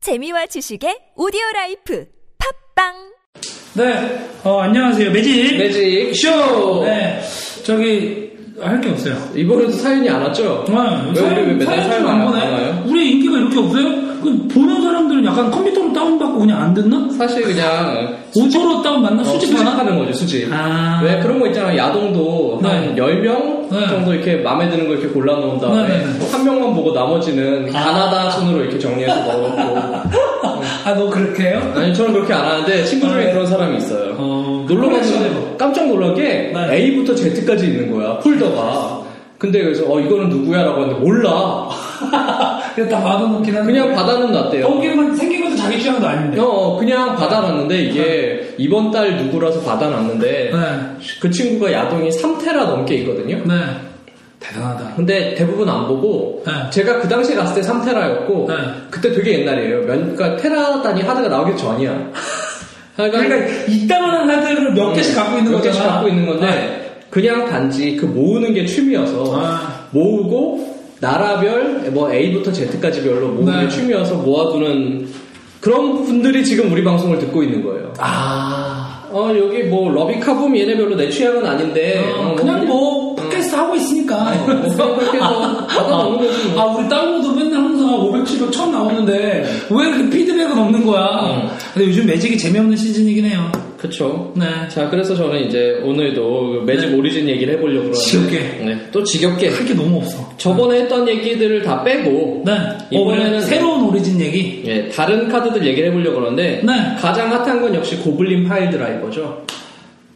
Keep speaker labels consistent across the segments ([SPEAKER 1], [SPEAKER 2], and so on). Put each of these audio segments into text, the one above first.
[SPEAKER 1] 재미와 지식의 오디오 라이프 팝빵
[SPEAKER 2] 네, 어, 안녕하세요. 매직.
[SPEAKER 3] 매직 쇼!
[SPEAKER 2] 네, 저기, 아, 할 게 없어요.
[SPEAKER 3] 이번에도 사연이 안 왔죠?
[SPEAKER 2] 아,
[SPEAKER 3] 왜 우리 왜 맨날 사연 안
[SPEAKER 2] 보네?
[SPEAKER 3] 보나요?
[SPEAKER 2] 우리 인기가 이렇게 없어요? 그 보는 사람들은 약간 컴퓨터로 다운받고 그냥 안 듣나?
[SPEAKER 3] 사실 그냥
[SPEAKER 2] 오토로 다운받나?
[SPEAKER 3] 어,
[SPEAKER 2] 수집하나?
[SPEAKER 3] 수집하는 거죠, 수집.
[SPEAKER 2] 아.
[SPEAKER 3] 왜 그런 거 있잖아. 야동도
[SPEAKER 2] 네.
[SPEAKER 3] 한 10명
[SPEAKER 2] 네.
[SPEAKER 3] 정도 이렇게 마음에 드는 걸 이렇게 골라놓은 다음에
[SPEAKER 2] 네, 네, 아. 네.
[SPEAKER 3] 한 명만 보고 나머지는 가나다 손으로 이렇게 정리해서 넣어놓고.
[SPEAKER 2] 아, 너 그렇게 해요?
[SPEAKER 3] 아니, 저는 그렇게 안 하는데 친구 중에
[SPEAKER 2] 네.
[SPEAKER 3] 그런 사람이 있어요.
[SPEAKER 2] 어,
[SPEAKER 3] 놀러
[SPEAKER 2] 그래서-
[SPEAKER 3] 갔는데 깜짝 놀란 게
[SPEAKER 2] 네.
[SPEAKER 3] A부터 Z까지 있는 거야, 폴더가. 근데 그래서 어, 이거는 누구야? 라고 하는데 몰라.
[SPEAKER 2] 아, 그냥 다 받아놓긴 한데.
[SPEAKER 3] 그냥 받아는 놨대요.
[SPEAKER 2] 거기는 생긴 것도 자기 취향도 아닌데.
[SPEAKER 3] 어, 그냥 받아놨는데 이게 이번 달 누구라서 받아놨는데
[SPEAKER 2] 네.
[SPEAKER 3] 그 친구가 야동이 3테라 넘게 있거든요.
[SPEAKER 2] 네. 대단하다.
[SPEAKER 3] 근데 대부분 안 보고
[SPEAKER 2] 네.
[SPEAKER 3] 제가 그 당시에 갔을 때 3테라였고
[SPEAKER 2] 네.
[SPEAKER 3] 그때 되게 옛날이에요. 몇, 그러니까 테라 단위 하드가 나오기 전이야.
[SPEAKER 2] 그러니까, 이따만한 하드를 몇 개씩 갖고 있는
[SPEAKER 3] 음, 몇
[SPEAKER 2] 거잖아.
[SPEAKER 3] 개씩 갖고 있는 건데
[SPEAKER 2] 네.
[SPEAKER 3] 그냥 단지 그 모으는 게 취미여서
[SPEAKER 2] 아.
[SPEAKER 3] 모으고 나라별 뭐 A부터 Z까지 별로 모으는
[SPEAKER 2] 네.
[SPEAKER 3] 게 취미여서 모아두는 그런 분들이 지금 우리 방송을 듣고 있는 거예요.
[SPEAKER 2] 아.
[SPEAKER 3] 어 여기 뭐 러비카붐 얘네 별로 내 취향은 아닌데
[SPEAKER 2] 어,
[SPEAKER 3] 어,
[SPEAKER 2] 그냥 뭐 팟캐스트 하고 있으니까
[SPEAKER 3] 그냥 그렇게 뭐 받아먹는 거지 뭐.
[SPEAKER 2] 아 우리 다운로드 맨날 항상 500, 700 처음 나오는데 왜 이렇게 피드백은 없는 거야
[SPEAKER 3] 음.
[SPEAKER 2] 근데 요즘 매직이 재미없는 시즌이긴 해요
[SPEAKER 3] 그쵸
[SPEAKER 2] 네
[SPEAKER 3] 자 그래서 저는 이제 오늘도 그 매직
[SPEAKER 2] 네.
[SPEAKER 3] 오리진 얘기를 해보려고 그러는데
[SPEAKER 2] 지겹게.
[SPEAKER 3] 네, 또 지겹게
[SPEAKER 2] 할 게 너무 없어
[SPEAKER 3] 저번에 했던 얘기들을 다 빼고
[SPEAKER 2] 네 이번에는
[SPEAKER 3] 이번에는
[SPEAKER 2] 새로운 오리진 얘기
[SPEAKER 3] 예, 다른 카드들 얘기를 해보려고 그러는데
[SPEAKER 2] 네.
[SPEAKER 3] 가장 핫한 건 역시 고블린 파일 드라이버죠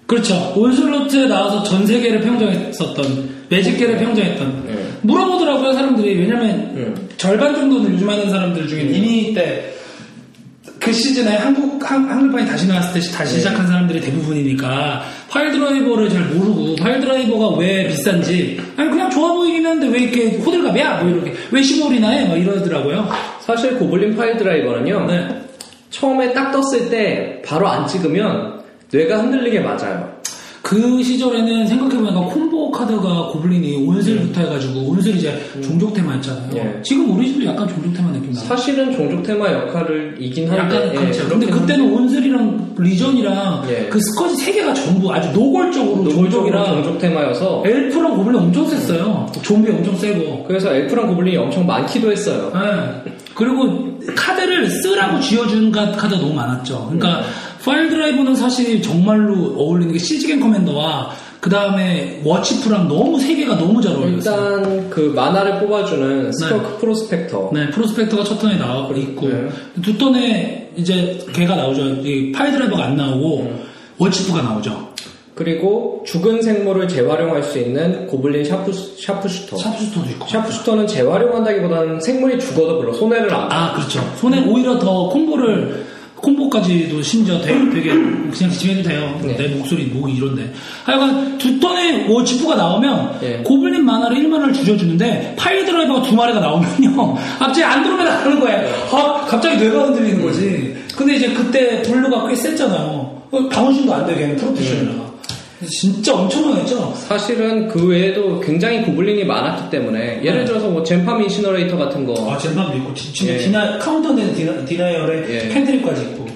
[SPEAKER 2] 그렇죠 온슬로트에 나와서 전 세계를 평정했었던 매직계를 평정했던
[SPEAKER 3] 네.
[SPEAKER 2] 물어보더라고요 사람들이 왜냐면
[SPEAKER 3] 음.
[SPEAKER 2] 절반 정도는 요즘 하는 사람들 중에
[SPEAKER 3] 네.
[SPEAKER 2] 이미 때 그 시즌에 한국 한, 한글판이 다시 나왔을 때
[SPEAKER 3] 네.
[SPEAKER 2] 다시 시작한 사람들이 대부분이니까 파일 드라이버를 잘 모르고 파일 드라이버가 왜 비싼지 아니 그냥 좋아 보이긴 한데 왜 이렇게 호들갑이야 뭐 이렇게 왜 15월이나 해막 이러더라고요
[SPEAKER 3] 사실 고블린 파일 드라이버는요
[SPEAKER 2] 네.
[SPEAKER 3] 처음에 딱 떴을 때 바로 안 찍으면 뇌가 흔들리게 맞아요
[SPEAKER 2] 그 시절에는 생각해보니까 콤보 카드가 고블린이 온슬부터 해가지고 온슬 이제 종족 테마였잖아요.
[SPEAKER 3] 예.
[SPEAKER 2] 지금 오리진도 약간 종족 테마 느낌 나요.
[SPEAKER 3] 사실은 종족 테마 역할을 이긴 한데 예,
[SPEAKER 2] 약간 그렇죠. 근데
[SPEAKER 3] 그렇긴 한데
[SPEAKER 2] 그때는 온슬이랑 리전이랑
[SPEAKER 3] 예.
[SPEAKER 2] 그 스쿼지 세 개가 전부 아주 노골적으로
[SPEAKER 3] 노골적으로
[SPEAKER 2] 종족이랑
[SPEAKER 3] 종족 테마여서
[SPEAKER 2] 엘프랑 고블린 엄청 셌어요. 좀비 엄청 세고.
[SPEAKER 3] 그래서 엘프랑 고블린이 엄청 많기도 했어요.
[SPEAKER 2] 예. 그리고 카드를 쓰라고 쥐어준 가- 카드가 너무 많았죠. 그러니까 파일 드라이브는 사실 정말로 어울리는 게 시즈겐 커맨더와 그 다음에 워치프랑 너무 세 개가 너무 잘 어울렸어요.
[SPEAKER 3] 일단 그 만화를 뽑아주는 스토크 프로스펙터
[SPEAKER 2] 네, 프로스펙터가 첫 턴에 나와 있고
[SPEAKER 3] 네.
[SPEAKER 2] 두 턴에 이제 걔가 나오죠. 이 파일 드라이버가 안 나오고 워치프가 나오죠.
[SPEAKER 3] 그리고 죽은 생물을 재활용할 수 있는 고블린 샤프, 샤프슈터.
[SPEAKER 2] 어. 샤프스터도 있고.
[SPEAKER 3] 샤프슈터는 재활용한다기보다는 생물이 죽어도 별로 손해를 안.
[SPEAKER 2] 아, 그렇죠. 손에 오히려 더 콤보를, 콤보까지도 심지어 되게, 되게 그냥 지면 돼요.
[SPEAKER 3] 네.
[SPEAKER 2] 내 목소리, 목이 이런데. 하여간 두 턴의 워치프가 나오면
[SPEAKER 3] 예.
[SPEAKER 2] 고블린 만화를 1만화를 줄여주는데 파일 드라이버가 두 마리가 나오면요. 갑자기 안드로메다 가는 거예요. 아, 갑자기 뇌가 흔들리는 거지. 근데 이제 그때 블루가 꽤 셌잖아요. 어, 방어신도 안 돼, 걔는 프로페셔널. 진짜 엄청나겠죠?
[SPEAKER 3] 사실은 그 외에도 굉장히 고블린이 많았기 때문에 예를
[SPEAKER 2] 네.
[SPEAKER 3] 들어서 뭐 젠팜 인시너레이터 같은 거
[SPEAKER 2] 아, 젠밤도 있고, 진- 진짜
[SPEAKER 3] 예.
[SPEAKER 2] 디나, 카운터된 디나, 디나이얼에
[SPEAKER 3] 예.
[SPEAKER 2] 팬트리까지 있고.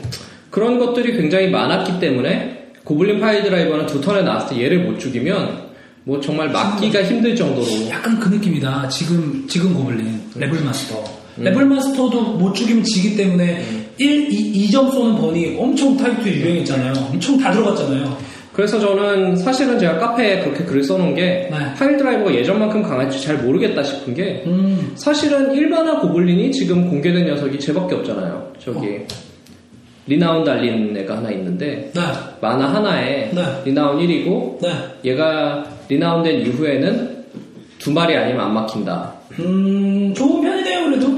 [SPEAKER 3] 그런 것들이 굉장히 많았기 때문에 고블린 파일 드라이버는 두 턴에 나왔을 때 얘를 못 죽이면 뭐 정말 막기가 힘들 정도로
[SPEAKER 2] 약간 그 느낌이다. 지금, 지금 고블린. 레블 마스터. 레블 마스터도 못 죽이면 지기 때문에 1, 2, 점 쏘는 번이 엄청 타이트 유행했잖아요. 엄청 다 들어갔잖아요.
[SPEAKER 3] 그래서 저는 사실은 제가 카페에 그렇게 글을 써놓은 게
[SPEAKER 2] 네.
[SPEAKER 3] 파일 드라이버가 예전만큼 강할지 잘 모르겠다 싶은 게
[SPEAKER 2] 음.
[SPEAKER 3] 사실은 일반화 고블린이 지금 공개된 녀석이 제밖에 없잖아요. 저기 리나운 달린 애가 하나 있는데
[SPEAKER 2] 네.
[SPEAKER 3] 만화 하나에
[SPEAKER 2] 네.
[SPEAKER 3] 리나운 1이고
[SPEAKER 2] 네.
[SPEAKER 3] 얘가 리나운된 이후에는 두 마리 아니면 안 막힌다.
[SPEAKER 2] 음, 좋은 편이네요, 그래도.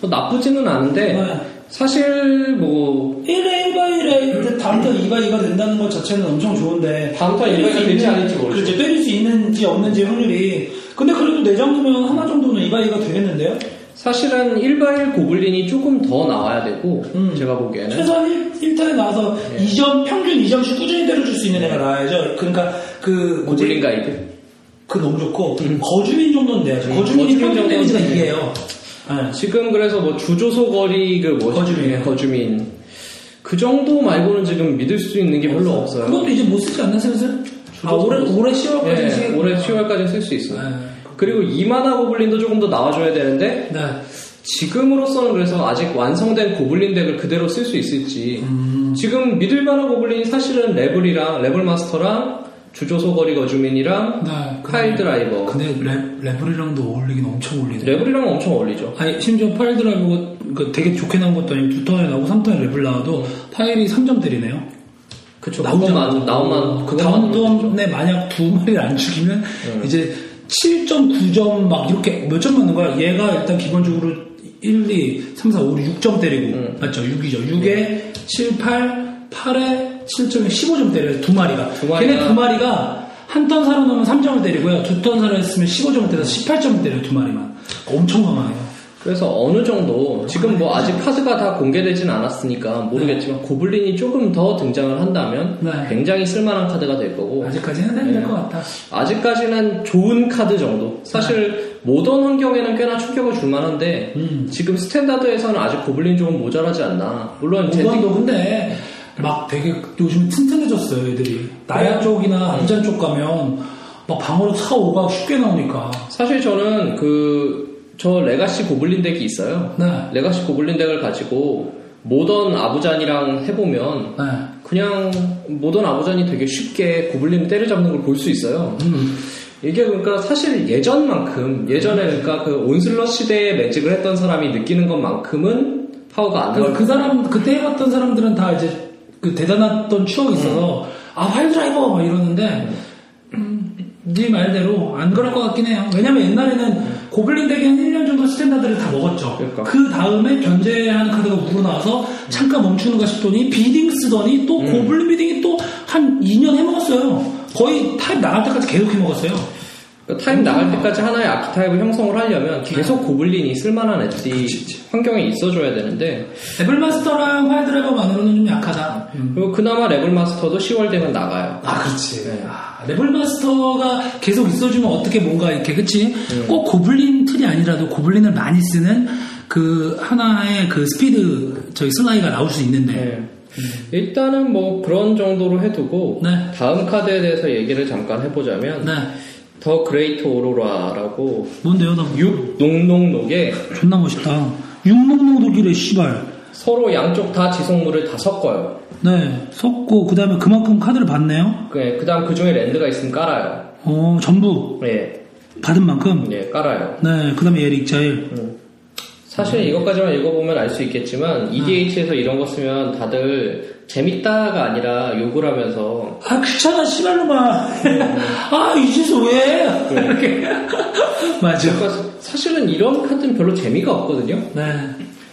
[SPEAKER 3] 뭐 나쁘지는 않은데
[SPEAKER 2] 네.
[SPEAKER 3] 사실 뭐
[SPEAKER 2] 1회, 1과 1회, 다음부터 2과 2가 된다는 것 자체는 엄청 좋은데.
[SPEAKER 3] 다음부터
[SPEAKER 2] 때릴
[SPEAKER 3] 2과 2가
[SPEAKER 2] 수
[SPEAKER 3] 될지
[SPEAKER 2] 있는-
[SPEAKER 3] 아닐지 모르죠.
[SPEAKER 2] 그렇지, 때릴 수 있는지 없는지 확률이. 근데 그래도 내 정도면 하나 정도는 2과 2가 되겠는데요?
[SPEAKER 3] 사실은 1과1 고블린이 조금 더 나와야 되고 제가 보기에는
[SPEAKER 2] 음. 최소한 1, 타에 나와서
[SPEAKER 3] 네.
[SPEAKER 2] 2점, 평균 2점씩 꾸준히 때려줄 수 있는 애가 나와야죠. 그러니까 그, 뭐지?
[SPEAKER 3] 고블린 가이드
[SPEAKER 2] 그 너무 좋고, 거주민 정도는 돼야죠. 거주민이
[SPEAKER 3] 음. 거주민
[SPEAKER 2] 평균
[SPEAKER 3] 정도는
[SPEAKER 2] 데미지가
[SPEAKER 3] 돼요.
[SPEAKER 2] 2예요. 네.
[SPEAKER 3] 지금 그래서 뭐 주조소 거리 그 뭐지?
[SPEAKER 2] 거주민.
[SPEAKER 3] 예, 거주민 그 정도 말고는 지금 믿을 수 있는 게 별로 없어요.
[SPEAKER 2] 그것도 이제 못 쓰지 않나 슬슬? 아 올해 올해 10월까지
[SPEAKER 3] 예, 올해 10월까지 쓸 수
[SPEAKER 2] 네,
[SPEAKER 3] 있어요. 그리고 이만화 고블린도 조금 더 나와줘야 되는데
[SPEAKER 2] 네.
[SPEAKER 3] 지금으로서는 그래서 아직 완성된 고블린 덱을 그대로 쓸 수 있을지
[SPEAKER 2] 음.
[SPEAKER 3] 지금 믿을만한 고블린이 사실은 레블이랑 레블 마스터랑 주조소 거리 거주민이랑
[SPEAKER 2] 네.
[SPEAKER 3] 파일 드라이버
[SPEAKER 2] 근데 랩, 랩블이랑도 어울리긴 엄청 어울리네.
[SPEAKER 3] 레블이랑 엄청 어울리죠.
[SPEAKER 2] 그렇죠. 아니, 심지어 파일 드라이브가 그 되게 좋게 나온 것도 아니고 2턴에 나오고 3턴에 랩을 나와도 파일이 3점들이네요.
[SPEAKER 3] 그쵸. 그것만 나오만 네.
[SPEAKER 2] 다음
[SPEAKER 3] 그것만
[SPEAKER 2] 턴에 만약 두 마리를 안 죽이면 이제 7.9점 막 이렇게 몇 점 맞는 거야? 얘가 일단 기본적으로 1, 2, 3, 4, 5, 6, 6점 때리고
[SPEAKER 3] 네.
[SPEAKER 2] 맞죠? 6이죠. 6에 7, 8, 8에 7점에 15점 때려요. 두 마리가.
[SPEAKER 3] 두 마리가.
[SPEAKER 2] 걔네 두 마리가 한 턴 살아나면 3점을 때리고요. 두 턴 살아났으면 15점을 때려서 18점을 때려요. 두 마리만. 엄청 강하네요.
[SPEAKER 3] 그래서 어느 정도 지금 뭐 아직 카드가 다 공개되진 않았으니까 모르겠지만 고블린이 조금 더 등장을 한다면
[SPEAKER 2] 네.
[SPEAKER 3] 굉장히 쓸만한 카드가 될 거고
[SPEAKER 2] 뭐 아직까지는
[SPEAKER 3] 네.
[SPEAKER 2] 안 될 것 같다.
[SPEAKER 3] 아직까지는 좋은 카드 정도. 사실 모던 환경에는 꽤나 충격을 줄 만한데
[SPEAKER 2] 네. 음.
[SPEAKER 3] 지금 스탠다드에서는 아직 고블린 조금 모자라지 않나. 물론 제
[SPEAKER 2] 오간도 뭐 근데 막 되게 요즘 튼튼해졌어요 애들이
[SPEAKER 3] 네.
[SPEAKER 2] 나야 쪽이나 안전 쪽 가면 막 방어력 4, 5가 쉽게 나오니까
[SPEAKER 3] 사실 저는 그 저 레가시 고블린 덱이 있어요.
[SPEAKER 2] 네.
[SPEAKER 3] 레가시 고블린 덱을 가지고 모던 아부잔이랑 해보면
[SPEAKER 2] 네.
[SPEAKER 3] 그냥 모던 아버전이 되게 쉽게 고블린 때려잡는 걸 볼 수 있어요.
[SPEAKER 2] 음.
[SPEAKER 3] 이게 그러니까 사실 예전만큼 예전에 그러니까 그 온슬러 시대에 매직을 했던 사람이 느끼는 것만큼은 파워가 안 나요.
[SPEAKER 2] 그 사람 그때 해봤던 사람들은 다 이제 그 대단했던 추억이 있어서 아 파일드라이버 막 이러는데 음, 네 말대로 안 그럴 것 같긴 해요 왜냐면 옛날에는 고블린 덱이 한 1년 정도 스탠다드를 다 먹었죠
[SPEAKER 3] 그러니까.
[SPEAKER 2] 그 다음에 견제하는 카드가 우러나와서 잠깐 멈추는가 싶더니 비딩 쓰더니 또
[SPEAKER 3] 음.
[SPEAKER 2] 고블린 비딩이 또 한 2년 해먹었어요. 거의 타입 나갈 때까지 계속 해먹었어요.
[SPEAKER 3] 그러니까 타임 나갈 때까지 하나의 아키 타입을 형성을 하려면 계속 고블린이 쓸만한 애들이 환경에 있어줘야 되는데
[SPEAKER 2] 레벨마스터랑 파이드라이버만으로는 좀 약하다.
[SPEAKER 3] 그리고 그나마 레블 마스터도 10월 되면 나가요.
[SPEAKER 2] 아, 그렇지. 아, 레벨마스터가 계속 있어주면 어떻게 뭔가 이렇게, 그치? 꼭 고블린 틀이 아니라도 고블린을 많이 쓰는 그 하나의 그 스피드, 저기 슬라이가 나올 수 있는데.
[SPEAKER 3] 네. 일단은 뭐 그런 정도로 해두고
[SPEAKER 2] 네.
[SPEAKER 3] 다음 카드에 대해서 얘기를 잠깐 해보자면
[SPEAKER 2] 네.
[SPEAKER 3] 더 그레이트 오로라라고
[SPEAKER 2] 뭔데요? 나
[SPEAKER 3] 육 농농록에
[SPEAKER 2] 존나 멋있다. 육농농독이래, 씨발.
[SPEAKER 3] 서로 양쪽 다 지속물을 다 섞어요.
[SPEAKER 2] 네, 섞고 그 다음에 그만큼 카드를 받네요.
[SPEAKER 3] 그 다음 그 중에 랜드가 있으면 깔아요.
[SPEAKER 2] 어, 전부
[SPEAKER 3] 예,
[SPEAKER 2] 받은 만큼.
[SPEAKER 3] 예, 깔아요.
[SPEAKER 2] 네, 그 다음에 에릭 자일.
[SPEAKER 3] 사실
[SPEAKER 2] 음.
[SPEAKER 3] 이것까지만 읽어보면 알 수 있겠지만 EDH에서 이런 거 쓰면 다들 재밌다가 아니라 욕을 하면서
[SPEAKER 2] 아, 귀찮아, 씨발놈아. 아, 이제서 왜? 이렇게. 맞아.
[SPEAKER 3] 그러니까 사실은 이런 카드는 별로 재미가 없거든요.
[SPEAKER 2] 네.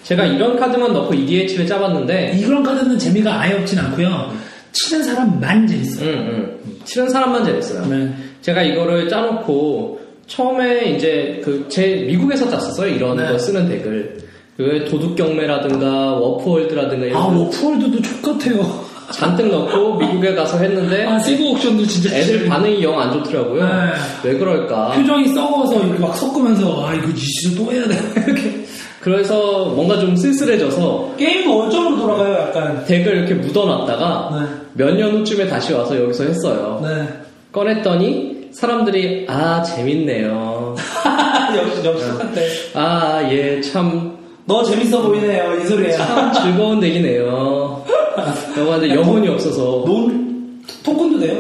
[SPEAKER 3] 제가 이런 카드만 넣고 EDH를 짜봤는데
[SPEAKER 2] 이런 카드는 재미가 아예 없진 않고요. 치는 사람만 재밌어요.
[SPEAKER 3] 음, 음. 치는 사람만 재밌어요.
[SPEAKER 2] 네.
[SPEAKER 3] 제가 이거를 짜놓고 처음에 이제 그 제 미국에서 짰었어요 이런
[SPEAKER 2] 네.
[SPEAKER 3] 거 쓰는 덱을 그 도둑 경매라든가 워프월드라든가
[SPEAKER 2] 아,
[SPEAKER 3] 이런 거
[SPEAKER 2] 워프홀드도 족같아요.
[SPEAKER 3] 잔뜩 넣고 미국에 가서 했는데
[SPEAKER 2] 아, 세고 옥션도 진짜
[SPEAKER 3] 애들
[SPEAKER 2] 지저분해.
[SPEAKER 3] 반응이 영 안 좋더라고요.
[SPEAKER 2] 네.
[SPEAKER 3] 왜 그럴까?
[SPEAKER 2] 표정이 썩어서 이렇게 막 섞으면서, 아, 이거 이제 또 해야 돼. 이렇게.
[SPEAKER 3] 그래서 뭔가 좀 쓸쓸해져서
[SPEAKER 2] 게임도 원점으로 돌아가요, 약간.
[SPEAKER 3] 덱을 이렇게 묻어놨다가
[SPEAKER 2] 네.
[SPEAKER 3] 몇 년 후쯤에 다시 와서 여기서 했어요.
[SPEAKER 2] 네.
[SPEAKER 3] 꺼냈더니 사람들이 아 재밌네요.
[SPEAKER 2] 역시, 역시 똑같아.
[SPEAKER 3] 아 예 참
[SPEAKER 2] 너 재밌어 보이네요, 이 소리야.
[SPEAKER 3] 참 즐거운 덱이네요. 라고 하는데 영혼이 없어서
[SPEAKER 2] 논 토큰도 돼요?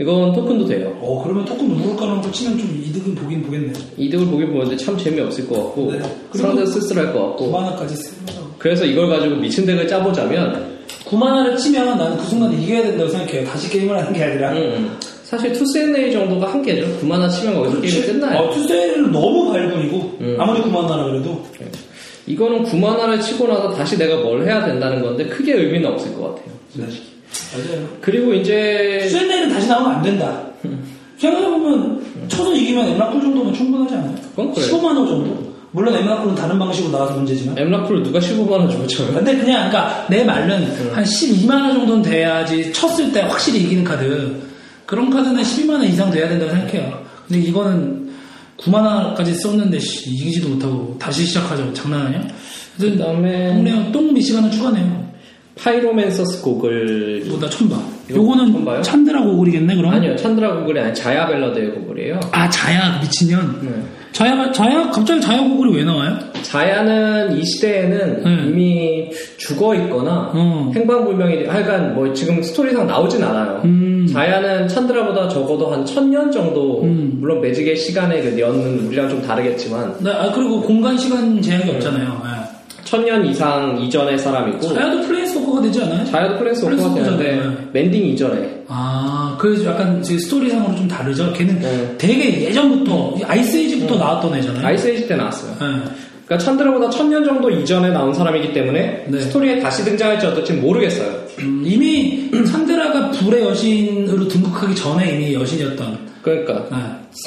[SPEAKER 3] 이건 토큰도 돼요.
[SPEAKER 2] 어 그러면 토큰 누를 까놓고 치면 좀 이득은 보긴 보겠네요.
[SPEAKER 3] 이득을 보긴 보는데 참 재미없을 것 같고
[SPEAKER 2] 네.
[SPEAKER 3] 상대 쓸쓸할 것 같고
[SPEAKER 2] 9만화까지 쓰면서
[SPEAKER 3] 그래서 이걸 가지고 미친 덱을 짜보자면
[SPEAKER 2] 9만화를 치면 나는 그 순간 이겨야 된다고 생각해요. 다시 게임을 하는 게 아니라
[SPEAKER 3] 음, 사실 투스앤레이 정도가 한계죠. 9만원 치면 거기서 게임이 끝나요.
[SPEAKER 2] 어, 투스테이는 너무 발군이고
[SPEAKER 3] 음.
[SPEAKER 2] 아무리 9만화라 그래도
[SPEAKER 3] 이거는 9만원을 치고 나서 다시 내가 뭘 해야 된다는 건데 크게 의미는 없을 것 같아요.
[SPEAKER 2] 맞아요.
[SPEAKER 3] 그리고 이제
[SPEAKER 2] 투스테이는 다시 나오면 안 된다. 생각해보면 쳐서 이기면 엠라쿨 정도면 충분하지 않아요?
[SPEAKER 3] 그건 그래요. 네,
[SPEAKER 2] 15만원 정도? 물론 엠라쿨은 다른 방식으로 나와서 문제지만
[SPEAKER 3] 엠라프를 누가 15만원 주고 쳐요?
[SPEAKER 2] 근데 그냥 그러니까 내
[SPEAKER 3] 음.
[SPEAKER 2] 말은 한 12만원 정도는 돼야지 쳤을 때 확실히 이기는 카드 그런 카드는 12만원 이상 돼야 된다고 생각해요 근데 이거는 9만화까지 썼는데 씨, 이기지도 못하고 다시 시작하자고 장난하냐?
[SPEAKER 3] 그
[SPEAKER 2] 그래서
[SPEAKER 3] 다음에
[SPEAKER 2] 동네형 똥 미시간을 추가네요.
[SPEAKER 3] 파이로맨서스 고글
[SPEAKER 2] 이거 나 처음 봐.
[SPEAKER 3] 이거 처음 봐요?
[SPEAKER 2] 요거는 찬드라 고글이겠네 그럼?
[SPEAKER 3] 아니요 찬드라 고글이 아니 자야 벨라드의 고글이에요.
[SPEAKER 2] 아 자야 미친년.
[SPEAKER 3] 네.
[SPEAKER 2] 자야가 자야 갑자기 자야 고글이 왜 나와요?
[SPEAKER 3] 자야는 이 시대에는
[SPEAKER 2] 음.
[SPEAKER 3] 이미 죽어 있거나
[SPEAKER 2] 음.
[SPEAKER 3] 행방불명이 하여간 뭐 지금 스토리상 나오진 않아요.
[SPEAKER 2] 음.
[SPEAKER 3] 자야는 찬드라보다 적어도 한 천 년 정도
[SPEAKER 2] 음.
[SPEAKER 3] 물론 매직의 시간에 그 년은 우리랑 좀 다르겠지만
[SPEAKER 2] 나, 아, 그리고 공간 시간 제약이 없잖아요. 예.
[SPEAKER 3] 천 년 이상 이전의 사람이고
[SPEAKER 2] 자야도 플레이스워커가 되지 않아요?
[SPEAKER 3] 자야도 플랜스
[SPEAKER 2] 플랜스
[SPEAKER 3] 오퍼가 되는데
[SPEAKER 2] 오퍼잖아요. 네.
[SPEAKER 3] 랜딩 이전에
[SPEAKER 2] 아, 그래서 약간 지금 스토리상으로 좀 다르죠. 걔는
[SPEAKER 3] 네.
[SPEAKER 2] 되게 예전부터 아이스에이지부터 나왔던 애잖아요.
[SPEAKER 3] 아이스에이지 때 나왔어요.
[SPEAKER 2] 예.
[SPEAKER 3] 그러니까 찬드라보다 천 년 정도 이전에 나온 사람이기 때문에
[SPEAKER 2] 네.
[SPEAKER 3] 스토리에 다시 등장할지 어떨지 모르겠어요.
[SPEAKER 2] 음, 이미 찬드라가 불의 여신으로 등극하기 전에 이미 여신이었던
[SPEAKER 3] 그러니까
[SPEAKER 2] 예.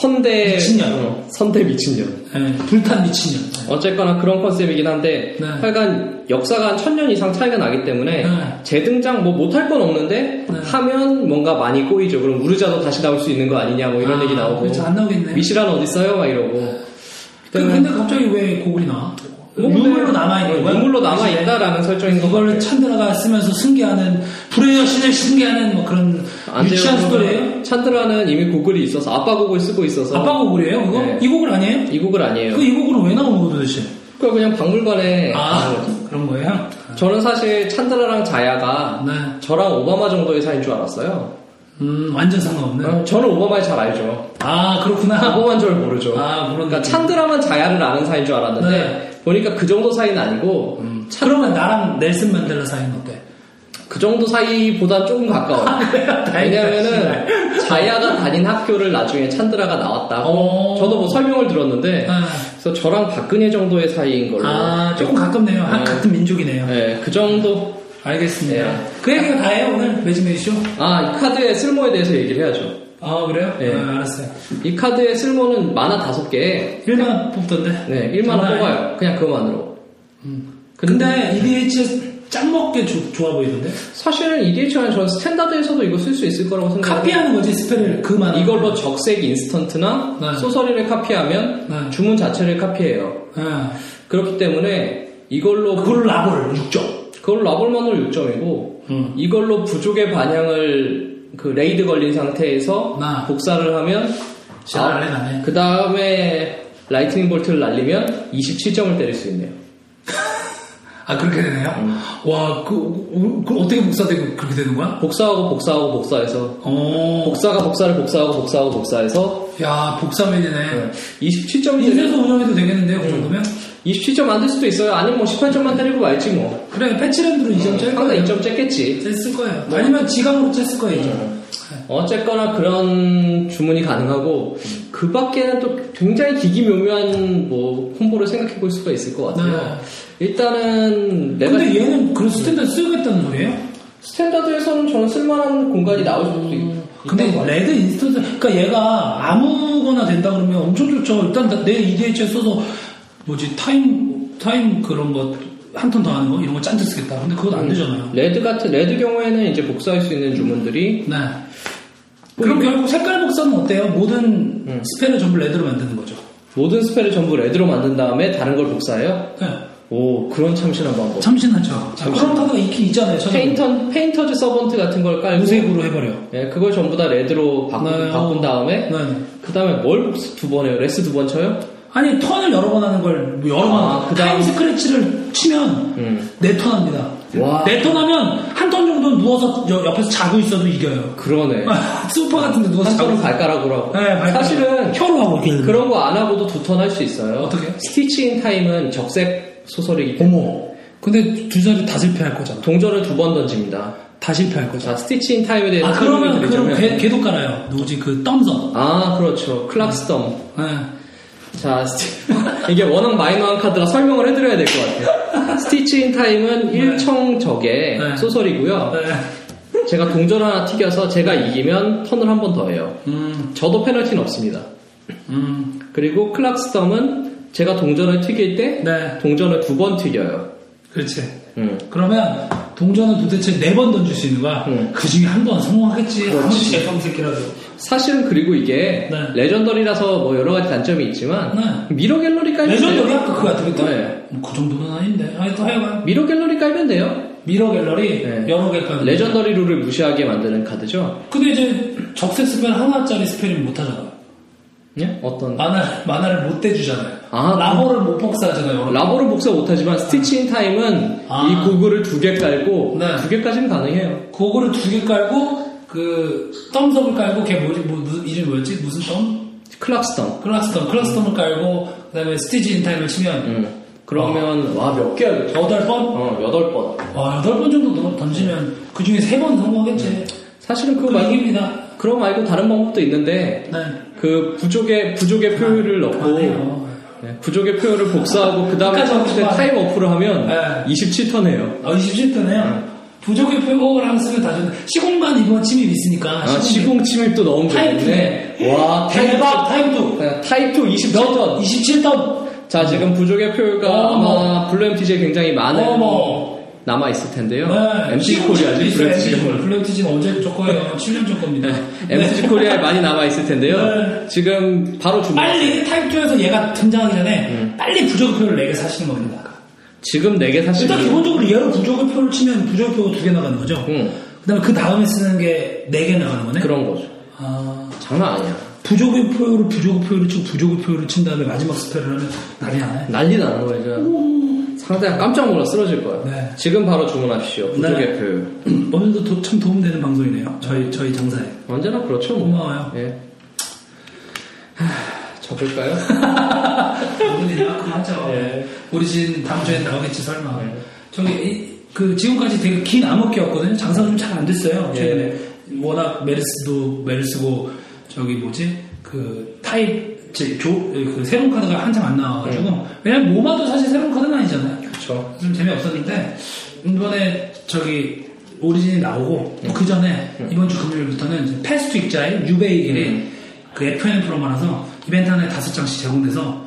[SPEAKER 3] 선대
[SPEAKER 2] 미친년.
[SPEAKER 3] 어, 선대 미친년.
[SPEAKER 2] 예, 불탄 미친년.
[SPEAKER 3] 어쨌거나 그런 컨셉이긴 한데
[SPEAKER 2] 네.
[SPEAKER 3] 하여간 역사가 한 천년 이상 차이가 나기 때문에
[SPEAKER 2] 네.
[SPEAKER 3] 재등장 뭐 못할 건 없는데
[SPEAKER 2] 네.
[SPEAKER 3] 하면 뭔가 많이 꼬이죠. 그럼 우르자도 다시 나올 수 있는 거 아니냐 뭐 이런
[SPEAKER 2] 아,
[SPEAKER 3] 얘기 나오고
[SPEAKER 2] 그렇죠. 안 나오겠네.
[SPEAKER 3] 미시란 어디 있어요? 막 이러고
[SPEAKER 2] 그-
[SPEAKER 3] 네.
[SPEAKER 2] 근데 갑자기 왜 고글이 나와?
[SPEAKER 3] 뭐
[SPEAKER 2] 유물로
[SPEAKER 3] 근데-
[SPEAKER 2] 남아 있는 거야?
[SPEAKER 3] 유물로 남아 있다라는 설정인 거
[SPEAKER 2] 그걸
[SPEAKER 3] 같아요.
[SPEAKER 2] 찬드라가 쓰면서 승계하는 불의 여신을 승계하는 뭐 그런
[SPEAKER 3] 안 돼요.
[SPEAKER 2] 유치한 스토리예요?
[SPEAKER 3] 찬드라는 이미 고글이 있어서 아빠 고글 쓰고 있어서
[SPEAKER 2] 아빠 고글이에요 그거?
[SPEAKER 3] 네.
[SPEAKER 2] 이 고글 아니에요?
[SPEAKER 3] 이 고글 아니에요.
[SPEAKER 2] 그 이 고글은 왜 나오는 거 도대체?
[SPEAKER 3] 그거 그냥 박물관에
[SPEAKER 2] 아
[SPEAKER 3] 나온 거죠.
[SPEAKER 2] 그런 거예요?
[SPEAKER 3] 저는 사실 찬드라랑 자야가
[SPEAKER 2] 네.
[SPEAKER 3] 저랑 오바마 정도의 사이인 줄 알았어요.
[SPEAKER 2] 음 완전 상관없네.
[SPEAKER 3] 어, 저는 오바마를 잘 알죠.
[SPEAKER 2] 아 그렇구나.
[SPEAKER 3] 오바마인 줄 모르죠.
[SPEAKER 2] 아 물론
[SPEAKER 3] 그러니까 찬드라만 자야를 아는 사이인 줄 알았는데
[SPEAKER 2] 네. 음.
[SPEAKER 3] 보니까 그 정도 사이는 아니고
[SPEAKER 2] 그러면 나랑 넬슨 만델라 사이는 어때?
[SPEAKER 3] 그 정도 사이보다 조금
[SPEAKER 2] 아,
[SPEAKER 3] 가까워.
[SPEAKER 2] 다행이다,
[SPEAKER 3] 왜냐면은
[SPEAKER 2] 씨발.
[SPEAKER 3] 자야가 다닌 학교를 나중에 찬드라가 나왔다고
[SPEAKER 2] 어.
[SPEAKER 3] 아, 저도 뭐 설명을 들었는데
[SPEAKER 2] 아,
[SPEAKER 3] 그래서 저랑 박근혜 정도의 사이인 걸로.
[SPEAKER 2] 아, 조금 가깝네요. 아,
[SPEAKER 3] 네.
[SPEAKER 2] 같은 민족이네요.
[SPEAKER 3] 네, 그 정도.
[SPEAKER 2] 알겠습니다.
[SPEAKER 3] 네.
[SPEAKER 2] 그 얘기가 다예요 오늘 매즈메이쇼?
[SPEAKER 3] 아, 이 카드의 쓸모에 대해서 얘기를 해야죠.
[SPEAKER 2] 아 그래요?
[SPEAKER 3] 네.
[SPEAKER 2] 아, 알았어요.
[SPEAKER 3] 이 카드의 쓸모는 만화 다섯 개에
[SPEAKER 2] 1만 뽑던데.
[SPEAKER 3] 네, 1만 원
[SPEAKER 2] 장난 아니에요.
[SPEAKER 3] 뽑아요. 그냥 그만으로.
[SPEAKER 2] 근데 EDHS 짱 먹게 조- 좋아 보이던데?
[SPEAKER 3] 사실은 EDH는 저는 스탠다드에서도 이거 쓸 수 있을 거라고 생각해요.
[SPEAKER 2] 카피하는 거지 스펠을 그만.
[SPEAKER 3] 이걸로 적색 인스턴트나
[SPEAKER 2] 네.
[SPEAKER 3] 소설을 카피하면
[SPEAKER 2] 네.
[SPEAKER 3] 주문 자체를 카피해요.
[SPEAKER 2] 예.
[SPEAKER 3] 그렇기 때문에 이걸로
[SPEAKER 2] 그걸 라볼 6점.
[SPEAKER 3] 그걸 러블만으로 6점이고
[SPEAKER 2] 음.
[SPEAKER 3] 이걸로 부족의 반향을 그 레이드 걸린 상태에서
[SPEAKER 2] 아.
[SPEAKER 3] 복사를 하면
[SPEAKER 2] 진짜 난리 나네.
[SPEAKER 3] 그 다음에 라이트닝 볼트를 날리면 27점을 때릴 수 있네요.
[SPEAKER 2] 아 그렇게 되네요.
[SPEAKER 3] 음.
[SPEAKER 2] 와, 그, 그, 그 어떻게 복사되고 그렇게 되는 거야?
[SPEAKER 3] 복사하고 복사하고 복사해서
[SPEAKER 2] 어,
[SPEAKER 3] 복사가 복사를 복사하고 복사하고 복사해서
[SPEAKER 2] 야 복사맨이네.
[SPEAKER 3] 27점이 되면
[SPEAKER 2] 인쇄소 운영해도 되겠는데요,
[SPEAKER 3] 음.
[SPEAKER 2] 그 정도면?
[SPEAKER 3] 27점 만들 수도 있어요. 아니면 뭐 18점만 때리고 말지 뭐.
[SPEAKER 2] 그래, 패치랜드로 2점 짤
[SPEAKER 3] 항상
[SPEAKER 2] 거예요.
[SPEAKER 3] 2점 쬐겠지.
[SPEAKER 2] 짤쓸 거예요.
[SPEAKER 3] 네.
[SPEAKER 2] 아니면 지갑으로 짤쓸 거예요, 이제.
[SPEAKER 3] 어쨌거나 그런 주문이 가능하고 그 밖에는 또 굉장히 기기묘묘한 뭐 콤보를 생각해 볼 수가 있을 것 같아요. 일단은 내가
[SPEAKER 2] 네. 근데 얘는 그런 스탠다드 쓰겠다는 소리예요?
[SPEAKER 3] 스탠다드에서는 저는 쓸만한 공간이 나올 수도 있
[SPEAKER 2] 음. 근데
[SPEAKER 3] 있다고 봐요.
[SPEAKER 2] 레드 인스턴트, 그러니까 얘가 아무거나 된다 그러면 엄청 좋죠. 일단 나- 내 EDH에 써서 뭐지 타임 타임 그런 거 한 턴 더 하는 거 이런 거 짠뜩 쓰겠다. 근데 그건
[SPEAKER 3] 음.
[SPEAKER 2] 안 되잖아요.
[SPEAKER 3] 레드 같은 레드 경우에는 이제 복사할 수 있는 주문들이
[SPEAKER 2] 네.
[SPEAKER 3] 뭐
[SPEAKER 2] 그럼 결국 색깔 복사는 어때요? 모든
[SPEAKER 3] 음.
[SPEAKER 2] 스펠을 전부 레드로 만드는 거죠.
[SPEAKER 3] 모든 스펠을 전부 레드로 만든 다음에 다른 걸 복사해요.
[SPEAKER 2] 네.
[SPEAKER 3] 오 그런 참신한 방법.
[SPEAKER 2] 참신하죠. 그런 단어가 있긴 있잖아요. 저는
[SPEAKER 3] 페인턴 페인터즈 서번트 같은 걸 깔고
[SPEAKER 2] 무색으로 해버려.
[SPEAKER 3] 예, 그걸 전부 다 레드로 바꾼,
[SPEAKER 2] 네.
[SPEAKER 3] 바꾼 다음에
[SPEAKER 2] 네.
[SPEAKER 3] 그 다음에 뭘 복습 두 번 해요? 레스 두 번 쳐요?
[SPEAKER 2] 아니 턴을 여러 번 하는 걸뭐 여러 번
[SPEAKER 3] 아,
[SPEAKER 2] 하는
[SPEAKER 3] 그 다음-
[SPEAKER 2] 타임 스크래치를 치면
[SPEAKER 3] 음.
[SPEAKER 2] 네 턴 합니다.
[SPEAKER 3] 와.
[SPEAKER 2] 네 턴 하면 한 턴 정도 는 누워서 여- 옆에서 자고 있어도 이겨요.
[SPEAKER 3] 그러네.
[SPEAKER 2] 소파 같은데 누워서
[SPEAKER 3] 한쪽은
[SPEAKER 2] 아, 자고
[SPEAKER 3] 발가락으로 하고.
[SPEAKER 2] 네, 발가락.
[SPEAKER 3] 사실은 음.
[SPEAKER 2] 혀로 하고 이렇게.
[SPEAKER 3] 그런 거 안 하고도 두 턴 할 수 있어요.
[SPEAKER 2] 어떻게?
[SPEAKER 3] 스티치 인 타임은 적색 소설이기 때문에
[SPEAKER 2] 어머. 근데 두 자리 다 실패할 거잖아.
[SPEAKER 3] 동전을 두 번 던집니다.
[SPEAKER 2] 다 실패할 거잖아.
[SPEAKER 3] 자, 스티치 인 타임에 대해서
[SPEAKER 2] 아 그러면
[SPEAKER 3] 설명을
[SPEAKER 2] 그럼
[SPEAKER 3] 드리자면-
[SPEAKER 2] 걔, 걔도 깔아요. 누구지 그 덤섬.
[SPEAKER 3] 아, 그렇죠. 클락스덤.
[SPEAKER 2] 네.
[SPEAKER 3] 자, 스티... 이게 워낙 마이너한 카드라 설명을 해드려야 될 것 같아요. 스티치 인 타임은 일청적의
[SPEAKER 2] 네.
[SPEAKER 3] 소설이고요. 제가 동전 하나 튀겨서 제가 이기면 턴을 한 번 더 해요.
[SPEAKER 2] 음,
[SPEAKER 3] 저도 페널티는 없습니다.
[SPEAKER 2] 음,
[SPEAKER 3] 그리고 클락스덤은 제가 동전을 튀길 때
[SPEAKER 2] 네.
[SPEAKER 3] 동전을 두 번 튀겨요.
[SPEAKER 2] 그렇지.
[SPEAKER 3] 음.
[SPEAKER 2] 그러면 동전은 도대체 네 번 던질 수 있는 거야.
[SPEAKER 3] 응.
[SPEAKER 2] 그 중에 한 번 성공하겠지.
[SPEAKER 3] 그렇지.
[SPEAKER 2] 아무리 개성새끼라도.
[SPEAKER 3] 사실은 그리고 이게
[SPEAKER 2] 네.
[SPEAKER 3] 레전더리라서 뭐 여러 가지 단점이 있지만 미러 갤러리 깔면
[SPEAKER 2] 레전더리
[SPEAKER 3] 돼요.
[SPEAKER 2] 아까 그거 같은 거
[SPEAKER 3] 네.
[SPEAKER 2] 그 정도는 아닌데. 하여튼 하여간
[SPEAKER 3] 미러 갤러리 깔면 돼요.
[SPEAKER 2] 미러 갤러리
[SPEAKER 3] 네.
[SPEAKER 2] 여러 개까지.
[SPEAKER 3] 레전더리 룰을 무시하게 만드는 카드죠.
[SPEAKER 2] 근데 이제 적색 스펠 하나짜리 스펠이면 못하잖아.
[SPEAKER 3] 예? 어떤
[SPEAKER 2] 만화, 만화를 못 대주잖아요.
[SPEAKER 3] 아,
[SPEAKER 2] 라보를 못 복사하잖아요.
[SPEAKER 3] 라보를 복사 못하지만 스티치인 타임은
[SPEAKER 2] 아.
[SPEAKER 3] 이 고글을 두 개 깔고
[SPEAKER 2] 네.
[SPEAKER 3] 두 개까지는 가능해요.
[SPEAKER 2] 그거를 두 개 깔고 그 덤섬을 깔고 걔 뭐지 뭐 무슨 이름이 뭐였지 무슨 덤?
[SPEAKER 3] 클락스턴.
[SPEAKER 2] 클라스덤 클라스덤을 깔고 그다음에 스티지 인타임을 치면
[SPEAKER 3] 음. 그러면 와 몇 개 하겠죠?
[SPEAKER 2] 여덟 번?
[SPEAKER 3] 어 여덟 번.
[SPEAKER 2] 와 여덟 번 정도 넘- 던지면 그 중에 세 번 성공하겠지.
[SPEAKER 3] 사실은 그거
[SPEAKER 2] 그럼
[SPEAKER 3] 말고
[SPEAKER 2] 이깁니다.
[SPEAKER 3] 그거 말고 다른 방법도 있는데
[SPEAKER 2] 네.
[SPEAKER 3] 그 부족의 부족의 표율을 넣고
[SPEAKER 2] 그만해요.
[SPEAKER 3] 네, 부족의 표율을 복사하고 그 다음에
[SPEAKER 2] 끝까지 하고 싶어 하네.
[SPEAKER 3] 타임 어프를 하면
[SPEAKER 2] 네.
[SPEAKER 3] 27턴해요.
[SPEAKER 2] 어, 27도네요. 부족의 표고를 하나 쓰면 다 좋네. 시공만 이번 침입 있으니까.
[SPEAKER 3] 아, 시공 침입도 넣은
[SPEAKER 2] 타입
[SPEAKER 3] 거였네. 와
[SPEAKER 2] 대박!
[SPEAKER 3] 대박.
[SPEAKER 2] 타임도!
[SPEAKER 3] 타입 2 27턴.
[SPEAKER 2] 27도!
[SPEAKER 3] 자 지금 부족의 표율가
[SPEAKER 2] 어머.
[SPEAKER 3] 아마 블루 MTG에 굉장히 많은
[SPEAKER 2] 어머.
[SPEAKER 3] 남아 있을 텐데요.
[SPEAKER 2] 네.
[SPEAKER 3] MTG 코리아지 블루 MTG 코리아.
[SPEAKER 2] 블랙티지는 언제 줄 거예요? 7년 줄 겁니다.
[SPEAKER 3] MTG 네. 코리아에 많이 남아 있을 텐데요.
[SPEAKER 2] 네.
[SPEAKER 3] 지금 바로 주문.
[SPEAKER 2] 빨리 타임조에서 얘가 등장하기 전에
[SPEAKER 3] 네.
[SPEAKER 2] 빨리 부족의 표를 4개 사시는 겁니다.
[SPEAKER 3] 지금 4개 사실.
[SPEAKER 2] 일단 기본적으로 얘로 부족의 표를 치면 부족의 표가 2개 나가는 거죠?
[SPEAKER 3] 응.
[SPEAKER 2] 그 다음에 그 다음에 쓰는 게 4개 나가는 거네?
[SPEAKER 3] 그런 거죠.
[SPEAKER 2] 아,
[SPEAKER 3] 장난 아니야.
[SPEAKER 2] 부족의 표를 부족의 표를 치고 부족의 표를 친 다음에 마지막 스펠을 하면 난리 나네.
[SPEAKER 3] 난리 나는 거예요. 지금. 상대가 깜짝 놀라 쓰러질 거예요.
[SPEAKER 2] 네.
[SPEAKER 3] 지금 바로 주문하십시오. 부족의
[SPEAKER 2] 네.
[SPEAKER 3] 표율.
[SPEAKER 2] 오늘도 도- 참 도움되는 방송이네요. 저희 저희 장사에.
[SPEAKER 3] 언제나 그렇죠. 뭐.
[SPEAKER 2] 고마워요.
[SPEAKER 3] 예. 하, 접을까요?
[SPEAKER 2] 오늘이 그렇죠. 그만큼 하죠. 네.
[SPEAKER 3] 예.
[SPEAKER 2] 우리 진 다음 주에 나오겠지 설마. 저기 이- 그 지금까지 되게 긴 암흑기였거든요. 장사가 좀 잘 안 됐어요. 최근에 워낙 메르스도 메르스고 저기 뭐지 그 타입 제- 조, 그 새로운 카드가 한참 안 나와가지고 왜냐면 모마도 사실 새로운 카드는 아니잖아요.
[SPEAKER 3] 그렇죠.
[SPEAKER 2] 좀 재미없었는데 이번에 저기 오리진이 나오고 그 전에 이번 주 금요일부터는 이제 패스트 익자의 유베이길이 그 FN 프로 많아서 이벤트 하나에 다섯 장씩 제공돼서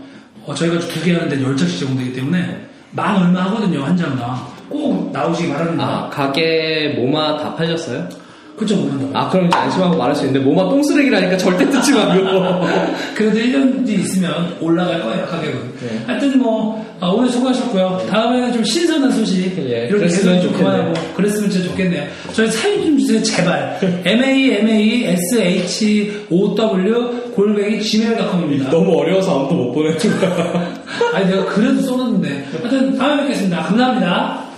[SPEAKER 2] 어, 저희가 두 개 하는데 열 장씩 제공되기 때문에 만 얼마 하거든요 한 장당 꼭 나오시기 바랍니다.
[SPEAKER 3] 아 가게 모마 다 팔렸어요?
[SPEAKER 2] 그쵸 모른다.
[SPEAKER 3] 아 그럼 이제 안심하고 말할 수 있는데 모마 똥쓰레기라니까 절대 듣지 마요.
[SPEAKER 2] 그래도 1년 뒤 있으면 올라갈 거예요 가격은.
[SPEAKER 3] 네.
[SPEAKER 2] 하여튼 뭐 아, 오늘 수고하셨고요. 다음에는 좀 신선한 소식
[SPEAKER 3] 예,
[SPEAKER 2] 이렇게
[SPEAKER 3] 그랬으면
[SPEAKER 2] 계속 좀
[SPEAKER 3] 좋겠네요.
[SPEAKER 2] 그만하고 그랬으면 진짜 좋겠네요. 저희 사연 좀 주세요 제발. M A M A S H O W 골뱅이 gmail.com입니다.
[SPEAKER 3] 너무 어려워서 아무도 못 보내는 거야.
[SPEAKER 2] 아니 내가 그래도 써놨는데 하여튼 다음에 뵙겠습니다. 감사합니다.